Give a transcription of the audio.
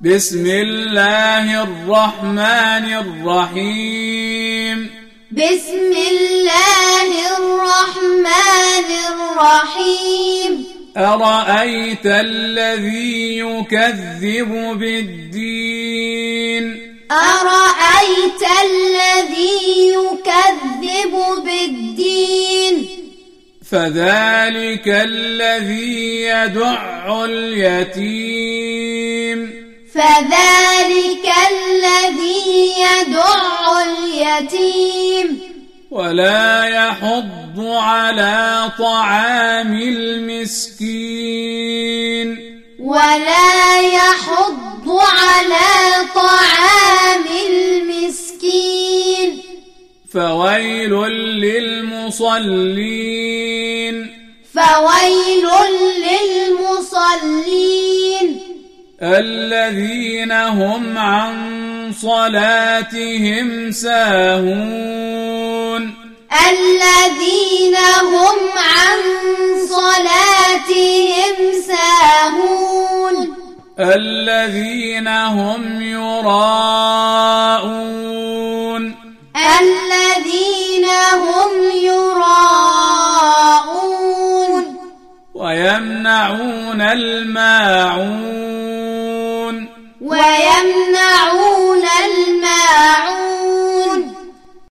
بسم الله الرحمن الرحيم بسم الله الرحمن الرحيم أرأيت الذي يكذب بالدين أرأيت الذي يكذب بالدين فذلك الذي يدع اليتيم فذلك الذي يدع اليتيم ولا يحض على طعام المسكين ولا يحض على طعام المسكين فويل للمصلين فويل للمصلين الذين هم عن صلاتهم ساهون الذين هم عن صلاتهم ساهون الذين هم يراءون الذين هم يراءون ويمنعون الماعون ويمنعون الماعون